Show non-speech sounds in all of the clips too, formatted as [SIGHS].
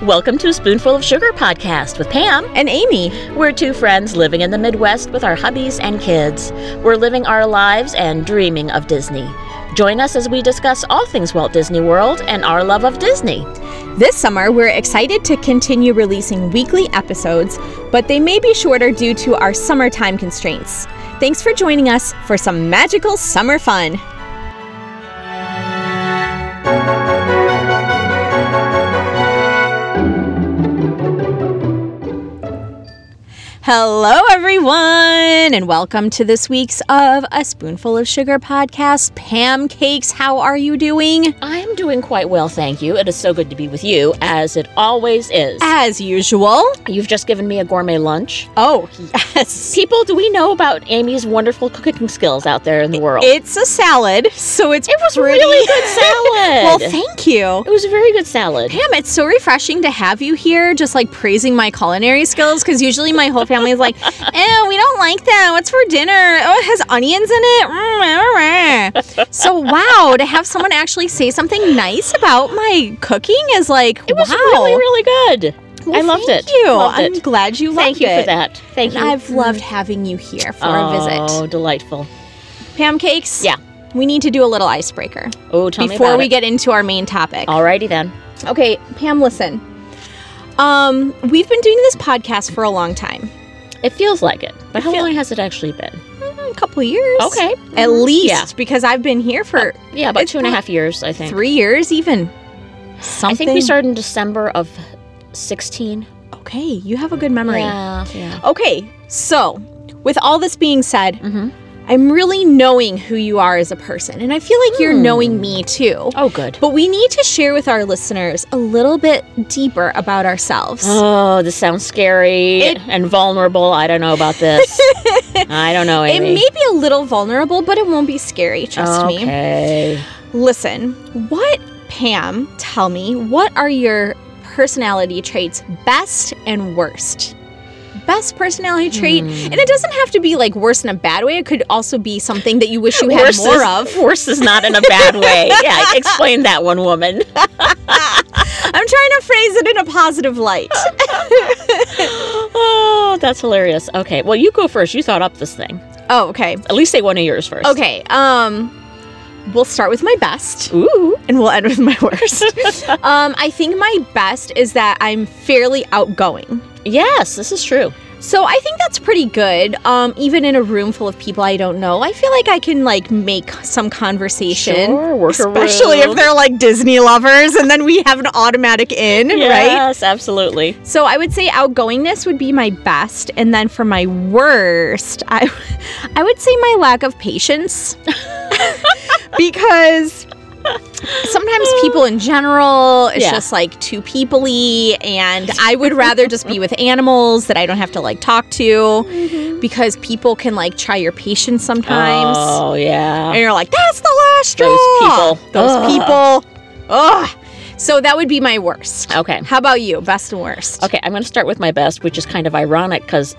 Welcome to Spoonful of Sugar podcast with Pam. And Amy, We're two friends living in the Midwest with our hubbies and kids. We're living our lives and dreaming of Disney. Join us as we discuss all things Walt Disney World and our love of Disney. this summer we're excited to continue releasing weekly episodes, but they may be shorter due to our summertime constraints. Thanks for joining us for some magical summer fun. Hello, everyone, and welcome to this week's of A Spoonful of Sugar podcast. Pam Cakes, how are you doing? I'm doing quite well, thank you. It is so good to be with you, as it always is. As usual. You've just given me a gourmet lunch. Oh, [LAUGHS] yes. People, do we know about Amy's wonderful cooking skills out there in the world? It's a salad, so it's It was pretty- really [LAUGHS] good [LAUGHS] salad. well, thank you. It was a very good salad. Pam, it's so refreshing to have you here, just like praising my culinary skills, because usually my whole family [LAUGHS] is like, "Eh, we don't like that. What's for dinner? Oh, it has onions in it." Mm, eh, eh, eh." [LAUGHS] so wow, to have someone actually say something nice about my cooking is like, It was wow, really, really good. Well, I loved thank it. You, Loved I'm it. glad you loved Thank you it. for that. Thank And you. I've loved having you here for oh, a visit. delightful. Pam cakes. Yeah. We need to do a little icebreaker Oh, tell me before about we it. get into our main topic. Alrighty then. Okay, Pam, listen. Um, we've been doing this podcast for a long time. It feels like it. But how feel- long has it actually been? Mm, A couple years. Okay. Mm-hmm. At least Yeah. because I've been here for Yeah, about It's two and a prob- half years, I think. 3 years even. Something I think we started in December of 16. Okay, you have a good memory. Yeah. yeah. Okay. So, with all this being said, Mm-hmm. I'm really knowing who you are as a person and I feel like you're Hmm. knowing me too. Oh, good. But we need to share with our listeners a little bit deeper about ourselves. Oh, this sounds scary It- and vulnerable. I don't know about this. [LAUGHS] I don't know, it Amy. may be a little vulnerable, but it won't be scary, trust me. okay. Listen, what, Pam, tell me, what are your personality traits best and worst? Best personality Hmm. trait, and it doesn't have to be like worse in a bad way. It could also be something that you wish you had worse is, more of. Worse is not in a bad [LAUGHS] way. Yeah, explain that one woman. I'm trying to phrase it in a [LAUGHS] positive light. Oh, that's hilarious. Okay, well, you go first. You thought up this thing. oh, okay. At least say one of yours first. Okay. Um, we'll start with my best. Ooh. and we'll end with my [LAUGHS] worst. um, I think my best is that I'm fairly outgoing. Yes, this is true. So I think that's pretty good. Um, even in a room full of people I don't know, I feel like I can like make some conversation. Sure, work a [LAUGHS] Especially room. if they're like Disney lovers, and then we have an automatic in, right? Yes, absolutely. So I would say outgoingness would be my best, and then for my worst, I, [LAUGHS] I would say my lack of patience, [LAUGHS] because sometimes people in general, it's Yeah. just like too peoply, and I would rather just be with animals that I don't have to like talk to, Mm-hmm. because people can like try your patience sometimes, Oh, yeah. and you're like, that's the last straw. Those people. Those Ugh. people. Ugh. So that would be my worst. Okay. How about you? Best and worst. Okay, I'm going to start with my best, which is kind of ironic because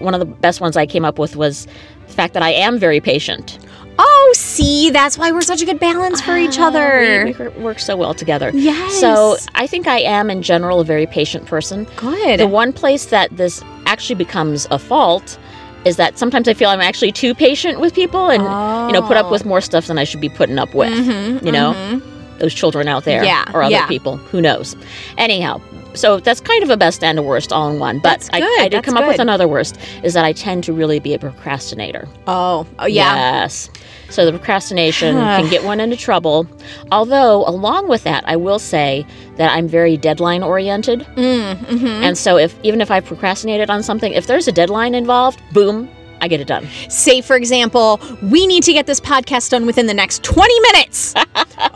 one of the best ones I came up with was the fact that I am very patient. Oh, see, that's why we're such a good balance for each Ah, other. We, we work so well together. yes. So I think I am, in general, a very patient person. good. The one place that this actually becomes a fault is that sometimes I feel I'm actually too patient with people and you know put up Oh. with more stuff than I should be putting up with. Mhm, you know? mhm. Those children out there Yeah, or other yeah. people, who knows. Anyhow, so that's kind of a best and a worst all in one. But That's I, good, I did that's come up with good. another worst is that I tend to really be a procrastinator. Oh, oh yeah. Yes. So the procrastination Huh. [SIGHS] can get one into trouble. Although along with that, I will say that I'm very deadline oriented. Mm, mhm. And so if even if I procrastinated on something, if there's a deadline involved, boom, I get it done. Say, for example, we need to get this podcast done within the next 20 [LAUGHS] minutes.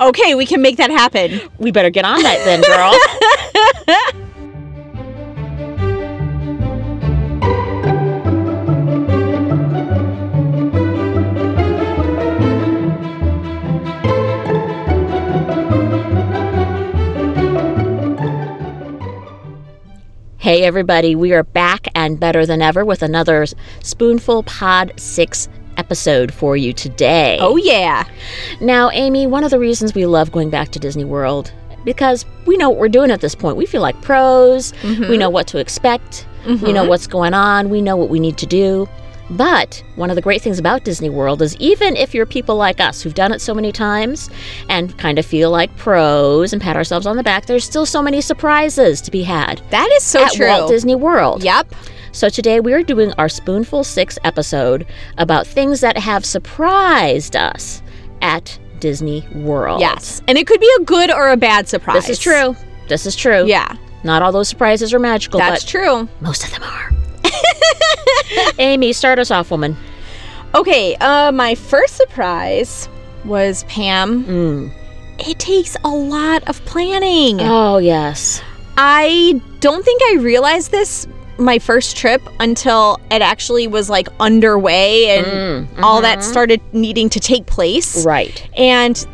okay, we can make that happen. We better get on that then, girl. Hey, everybody, we are back and better than ever with another Spoonful Pod 6 episode for you today. Oh, yeah. Now, Amy, one of the reasons we love going back to Disney World because we know what we're doing at this point. We feel like pros. Mm-hmm. We know what to expect. We know what's going on. We know what we need to do. But one of the great things about Disney World is even if you're people like us who've done it so many times and kind of feel like pros and pat ourselves on the back, there's still so many surprises to be had That is so at true. Walt Disney World. Yep. So today we are doing our Spoonful 6 episode about things that have surprised us at Disney World. Yes. And it could be a good or a bad surprise. This is true. This is true. Yeah. Not all those surprises are magical, That's but true. most of them are. [LAUGHS] Amy, start us off, woman. Okay, uh my first surprise was Pam. Mm. It takes a lot of planning. Oh, yes. I don't think I realized this my first trip until it actually was like underway and Mm, all that mhm. started needing to take place. Right. And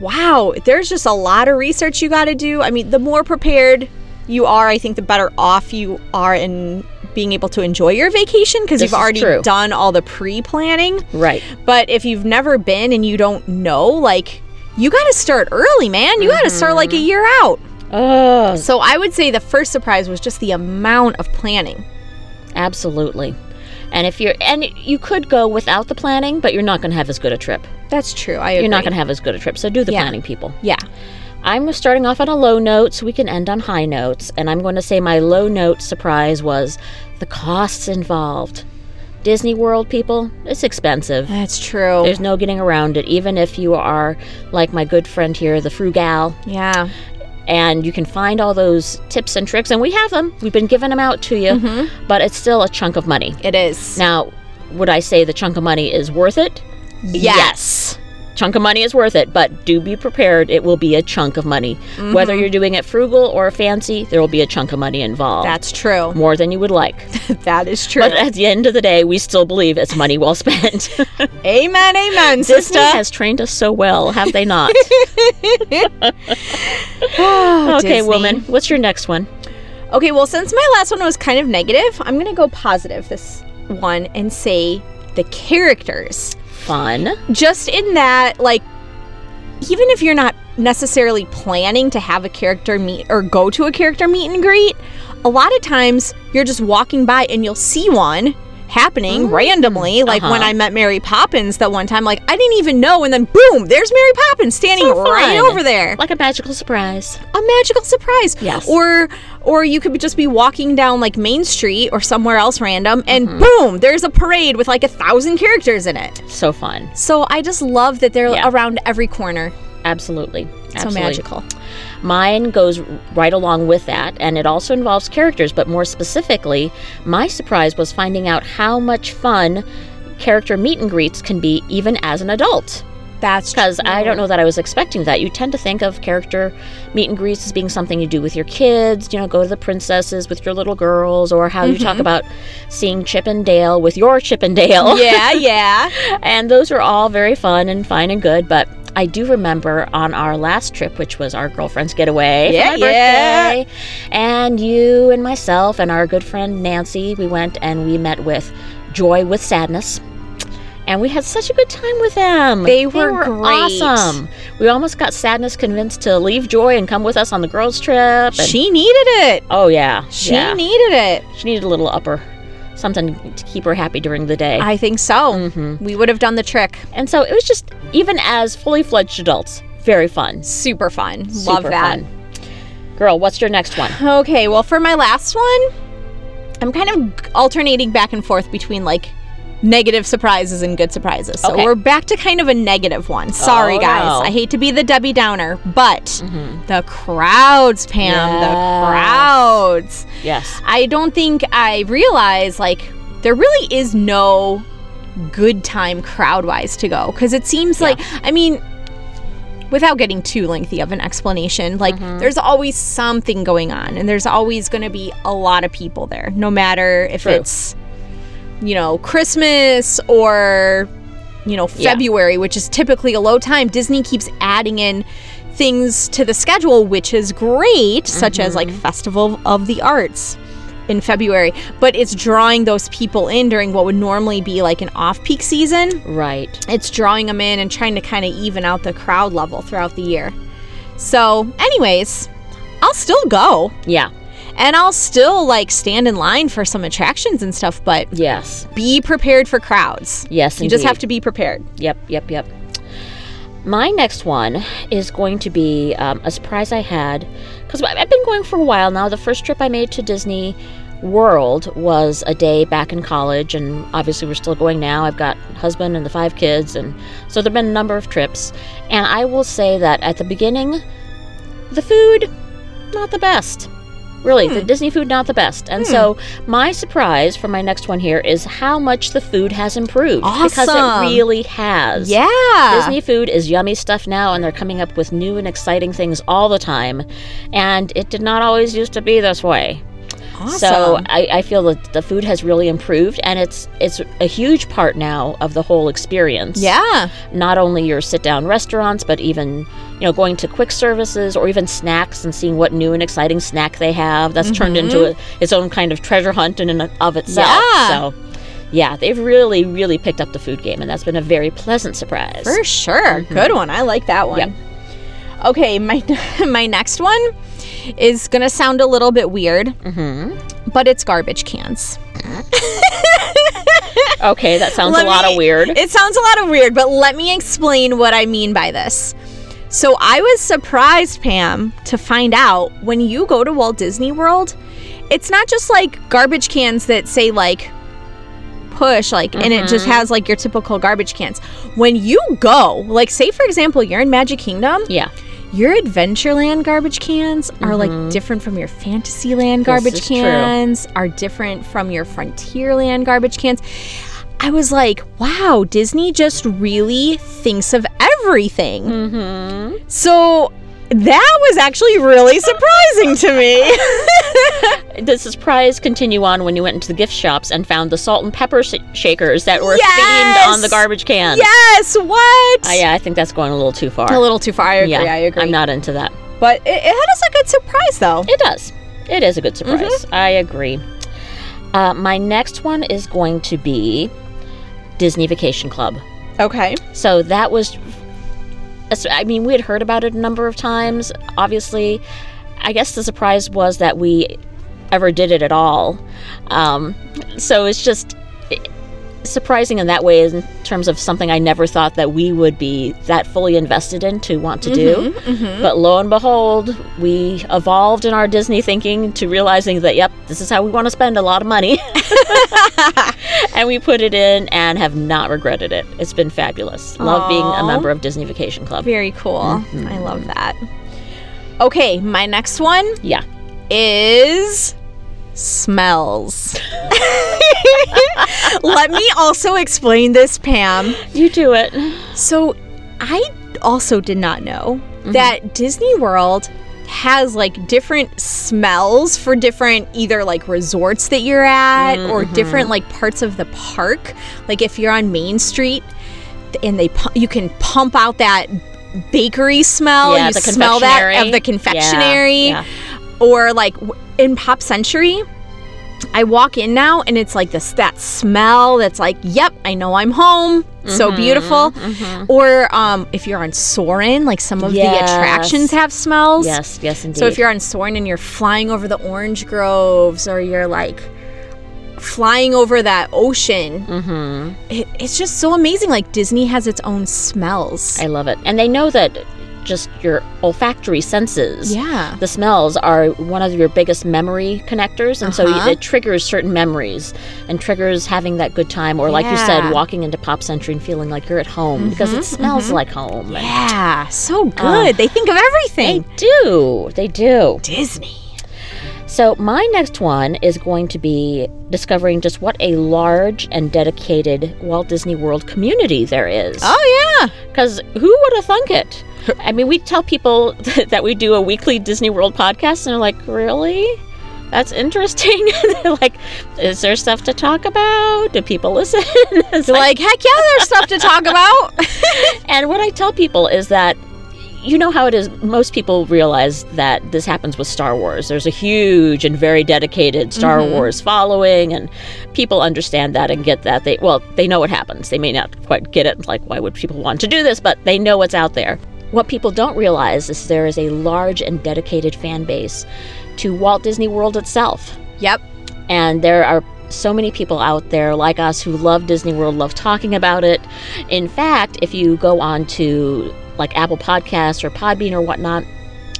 wow, there's just a lot of research you got to do. I mean, the more prepared you are, I think the better off you are in being able to enjoy your vacation because This you've is already true. done all the pre planning. Right. But if you've never been and you don't know, like, you got to start early, man. You got to start like a Mm-hmm. year out. Oh, So I would say the first surprise was just the amount of planning. absolutely. And if you're, and you could go without the planning, but you're not going to have as good a trip. That's true. I agree. You're not going to have as good a trip. So do the Yeah. planning, people. Yeah. I'm starting off on a low note so we can end on high notes. And I'm going to say my low note surprise was the costs involved. Disney World, people, it's expensive. That's true. There's no getting around it, even if you are like my good friend here, the Frugal, yeah. and you can find all those tips and tricks. And we have them, we've been giving them out to you, but it's still a chunk of money. It is. Now, would I say the chunk of money is worth it? yes. chunk of money is worth it, but do be prepared. It will be a chunk of money. Whether you're doing it frugal or fancy, there will be a chunk of money involved. That's [LAUGHS] true. [LAUGHS] more than you would like. that is true. But at the end of the day, we still believe it's money well spent. [LAUGHS] amen, amen, Disney sister. has trained us so well, have they [LAUGHS] not? [GASPS] Oh, okay, Disney. woman, what's your next one? Okay, well, since my last one was kind of negative, I'm going to go positive this one and say the characters. Fun. Just in that, like, even if you're not necessarily planning to have a character meet or go to a character meet and greet, a lot of times you're just walking by and you'll see one happening randomly. Like when Uh-huh. I met Mary Poppins that one time, like I didn't even know, and then boom, there's Mary Poppins standing So right fun. over there Like a magical surprise. a magical surprise. Yes. Or or you could just be walking down like Main Street or somewhere else random and Mm-hmm. boom, there's a parade with like a thousand characters in it. So fun. So I just love that they're Yeah. around every corner. Absolutely. So Absolutely. magical. Mine goes right along with that, and it also involves characters, but more specifically, my surprise was finding out how much fun character meet and greets can be even as an adult. That's Because I don't know that I was expecting that. You tend to think of character meet and greets as being something you do with your kids, you know, go to the princesses with your little girls, or how you talk about seeing Chip and Dale with your Chip and Dale. [LAUGHS] [LAUGHS] yeah, yeah. And those are all very fun and fine and good, but I do remember on our last trip, which was our girlfriend's getaway Yeah, for my yeah. birthday, and you and myself and our good friend Nancy, we went and we met with Joy with Sadness. And we had such a good time with them. They were great. awesome. We almost got Sadness convinced to leave Joy and come with us on the girls' trip. and- She needed it. oh yeah, She yeah. needed it. she needed a little upper, something to keep her happy during the day. Mm-hmm. I think so. Mm. We would have done the trick. And so it was just, even as fully fledged adults, very fun. Super fun. Love Super that. Fun. Girl, what's your next [SIGHS] one? Okay, well, for my last one, I'm kind of alternating back and forth between like negative surprises and good surprises. So Okay. we're back to kind of a negative one. Sorry, Oh, guys. no. Mm-hmm. I hate to be the Debbie Downer, but the crowds, Pam, the Yes. crowds. Yes. I don't think I realize like there really is no good time crowd wise to go because it seems like I mean without getting too lengthy of an explanation like Mm-hmm. there's always something going on and there's always going to be a lot of people there no matter if True. it's you know Christmas or you know Yeah. February which is typically a low time Disney keeps adding in things to the schedule which is great such as Mm-hmm. like Festival of the Arts in February, but it's drawing those people in during what would normally be like an off peak season. Right. It's drawing them in and trying to kind of even out the crowd level throughout the year. So, anyways, I'll still go Yeah. and I'll still like stand in line for some attractions and stuff, but Yes. be prepared for crowds. Yes. You just have indeed. to be prepared. Yep. Yep. Yep. My next one is going to be um, a surprise I had because I've been going for a while now. The first trip I made to Disney World was a day back in college, and obviously we're still going now. I've got a husband and the five kids, and so there've been a number of trips. And I will say that at the beginning, the food not the best. Really, the Disney food not the best. And so my surprise for my next one here is how much the food has improved because Awesome. it really has. Yeah. Disney food is yummy stuff now, and they're coming up with new and exciting things all the time. And it did not always used to be this way. Awesome. So I, I feel that the food has really improved, and it's it's a huge part now of the whole experience. yeah. Not only your sit down restaurants, but even you know going to quick services or even snacks and seeing what new and exciting snack they have. That's turned into a, its own kind of treasure hunt in and of itself. Mm-hmm. Yeah. So yeah, they've really really picked up the food game, and that's been a very pleasant surprise. For sure. Good one. I like that one. Mm-hmm. Yep. Okay, my [LAUGHS] my next one is going to sound a little bit weird, hmm but it's garbage cans. Okay, that sounds Let a lot me- of weird. It sounds a lot of weird, but let me explain what I mean by this. So I was surprised, Pam, to find out when you go to Walt Disney World, it's not just like garbage cans that say like push like and it Mm-hmm. just has like your typical garbage cans. When you go, like say for example, you're in Magic Kingdom, yeah, your Adventureland garbage cans are like different from your Fantasyland garbage is true. cans, are different from your Frontierland garbage cans. I was like, wow, Disney just really thinks of everything. Mm-hmm. So that was actually really surprising to [LAUGHS] me. the surprise continue on when you went into the gift shops and found the salt and pepper sh- shakers that were Yes! themed on the garbage can. yes, what? Uh, yeah, I think that's going a little too far. A little too far. I agree. yeah, I agree. am not into that. but it, it had us a good surprise, though. It does. It is a good surprise. I agree. Uh, my next one is going to be Disney Vacation Club. Okay. So that was, as- I mean, we had heard about it a number of times. Obviously, I guess the surprise was that we ever did it at all. Um, so it's just it- surprising in that way, in terms of something I never thought that we would be that fully invested in to want to do. But lo and behold, we evolved in our Disney thinking to realizing that, yep, this is how we want to spend a lot of money. and we put it in and have not regretted it. It's been fabulous. Love being Aw. a member of Disney Vacation Club. Very cool. I love that. Okay, my next one Yeah. is smells. [LAUGHS] Let me also explain this, Pam. You do it. So, I also did not know Mm-hmm. that Disney World has like different smells for different either like resorts that you're at or Mm-hmm. different like parts of the park. Like if you're on Main Street and they pu- you can pump out that bakery smell, Yeah, you the smell that confectionery. of the Yeah, confectionery yeah. or like w- in Pop Century I walk in now and it's like this that smell that's like, yep, I know I'm home. Mm-hmm. So beautiful. Or um, if you're on Soren, like some of the Yes. attractions have smells. Yes, yes, indeed. So if you're on Soren and you're flying over the orange groves or you're like flying over that ocean, hmm it, it's just so amazing. Like Disney has its own smells. I love it. And they know that just your olfactory senses. yeah. The smells are one of your biggest memory connectors, and Uh-huh. so it triggers certain memories and triggers having that good time, or like you Yeah. Mm-hmm. said, walking into Pop Century and feeling like you're at home because it smells like home. And Yeah. So good. they think of everything. Oh. They do. They do. Disney. So, my next one is going to be discovering just what a large and dedicated Walt Disney World community there is. Oh, yeah. Because who would have thunk it? I mean, we tell people [LAUGHS] that we do a weekly Disney World podcast, and they're like, really? That's interesting. [LAUGHS] They're like, is there stuff to talk about? Do people listen? [LAUGHS] It's like- Like, heck yeah, there's stuff to talk about. [LAUGHS] and what I tell people is that you know how it is most people realize that this happens with Star Wars. There's a huge and very dedicated Star Wars following and people understand that and get that. They well, they know what happens. They may not quite get it like why would people want to do this, but they know what's out there. What people don't realize is there is a large and dedicated fan base to Walt Disney World itself. Yep. And there are so many people out there like us who love Disney World, love talking about it. In fact, if you go on to like Apple Podcasts or Podbean or whatnot,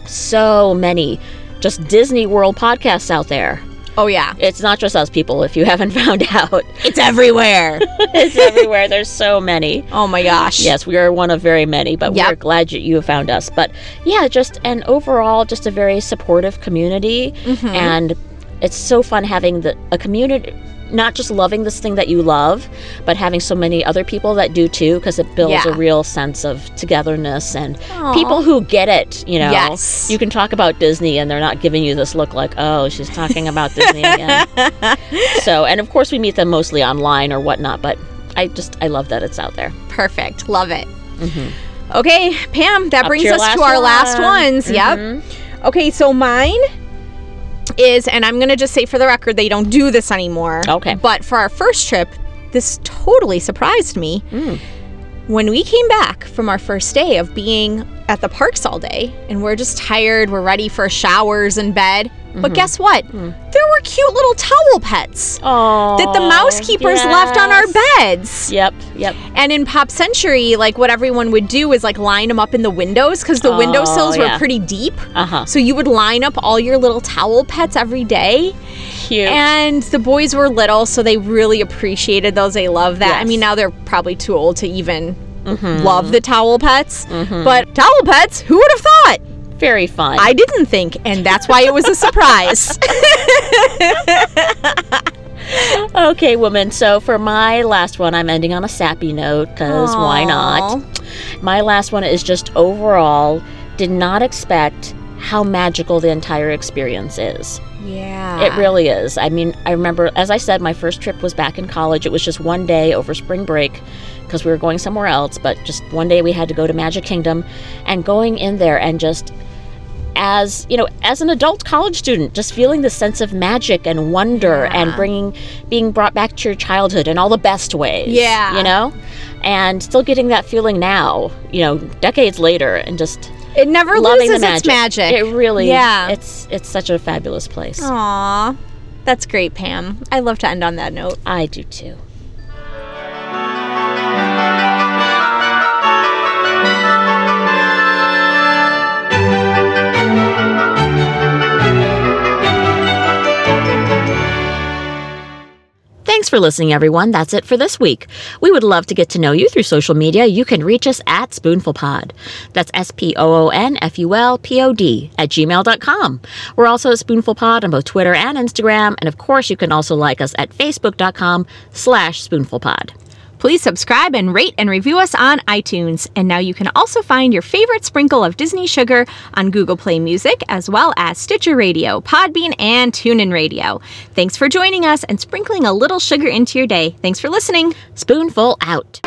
so many just Disney World podcasts out there. Oh yeah. It's not just us people, if you [LAUGHS] haven't found out. It's everywhere. It's everywhere. There's so many. oh my gosh. Yes, we are one of very many, but Yep. we're glad that you have found us. But yeah, just an overall, just a very supportive community. Mhm. And it's so fun having the, a community, not just loving this thing that you love, but having so many other people that do too, because it builds Yeah. a real sense of togetherness and Aw. people who get it, you know. Yes. You can talk about Disney and they're not giving you this look like, oh, she's talking about Disney [LAUGHS] again. so, and of course, we meet them mostly online or whatnot, but I just, I love that it's out there. Perfect. Love it. Mhm. Okay, Pam, Up that to brings your us to last our last one. ones. Yep. Mhm. Okay, so mine is, and I'm going to just say for the record, they don't do this anymore. Okay. But for our first trip, this totally surprised me. Mm. When we came back from our first day of being at the parks all day and we're just tired, we're ready for showers and bed. Mm-hmm. But guess what? Mm. There were cute little towel pets Oh. that the mouse keepers left on our beds. Yep, yep. And in Pop Century, like what everyone would do is like line them up in the windows because the Oh, windowsills yeah. were pretty deep. Uh huh. So you would line up all your little towel pets every day. Cute. And the boys were little, so they really appreciated those. They love that. I Yes. mean, now they're probably too old to even Mhm. love the towel pets. Mhm. But towel pets, who would have thought? Very fun. I didn't think, and that's why it was [LAUGHS] a surprise. okay, woman. So for my last one, I'm ending on a sappy note because why not? Aw. My last one is just overall did not expect how magical the entire experience is. Yeah. It really is. I mean, I remember, as I said, my first trip was back in college. It was just one day over spring break because we were going somewhere else, but just one day we had to go to Magic Kingdom and going in there and just as you know as an adult college student just feeling the sense of magic and wonder Yeah. and bringing being brought back to your childhood in all the best ways Yeah. you know and still getting that feeling now you know decades later and just It never loving loses the its magic. it really Yeah. it's it's such a fabulous place Aw. That's great, Pam. I love to end on that note. i do too Thanks for listening, everyone. That's it for this week. We would love to get to know you through social media. You can reach us at SpoonfulPod. That's S P O O N F U L P O D at gmail.com. We're also at SpoonfulPod on both Twitter and Instagram. And of course, you can also like us at facebook.com slash SpoonfulPod. Please subscribe and rate and review us on iTunes. And now you can also find your favorite sprinkle of Disney sugar on Google Play Music, as well as Stitcher Radio, Podbean, and TuneIn Radio. Thanks for joining us and sprinkling a little sugar into your day. Thanks for listening. Spoonful out.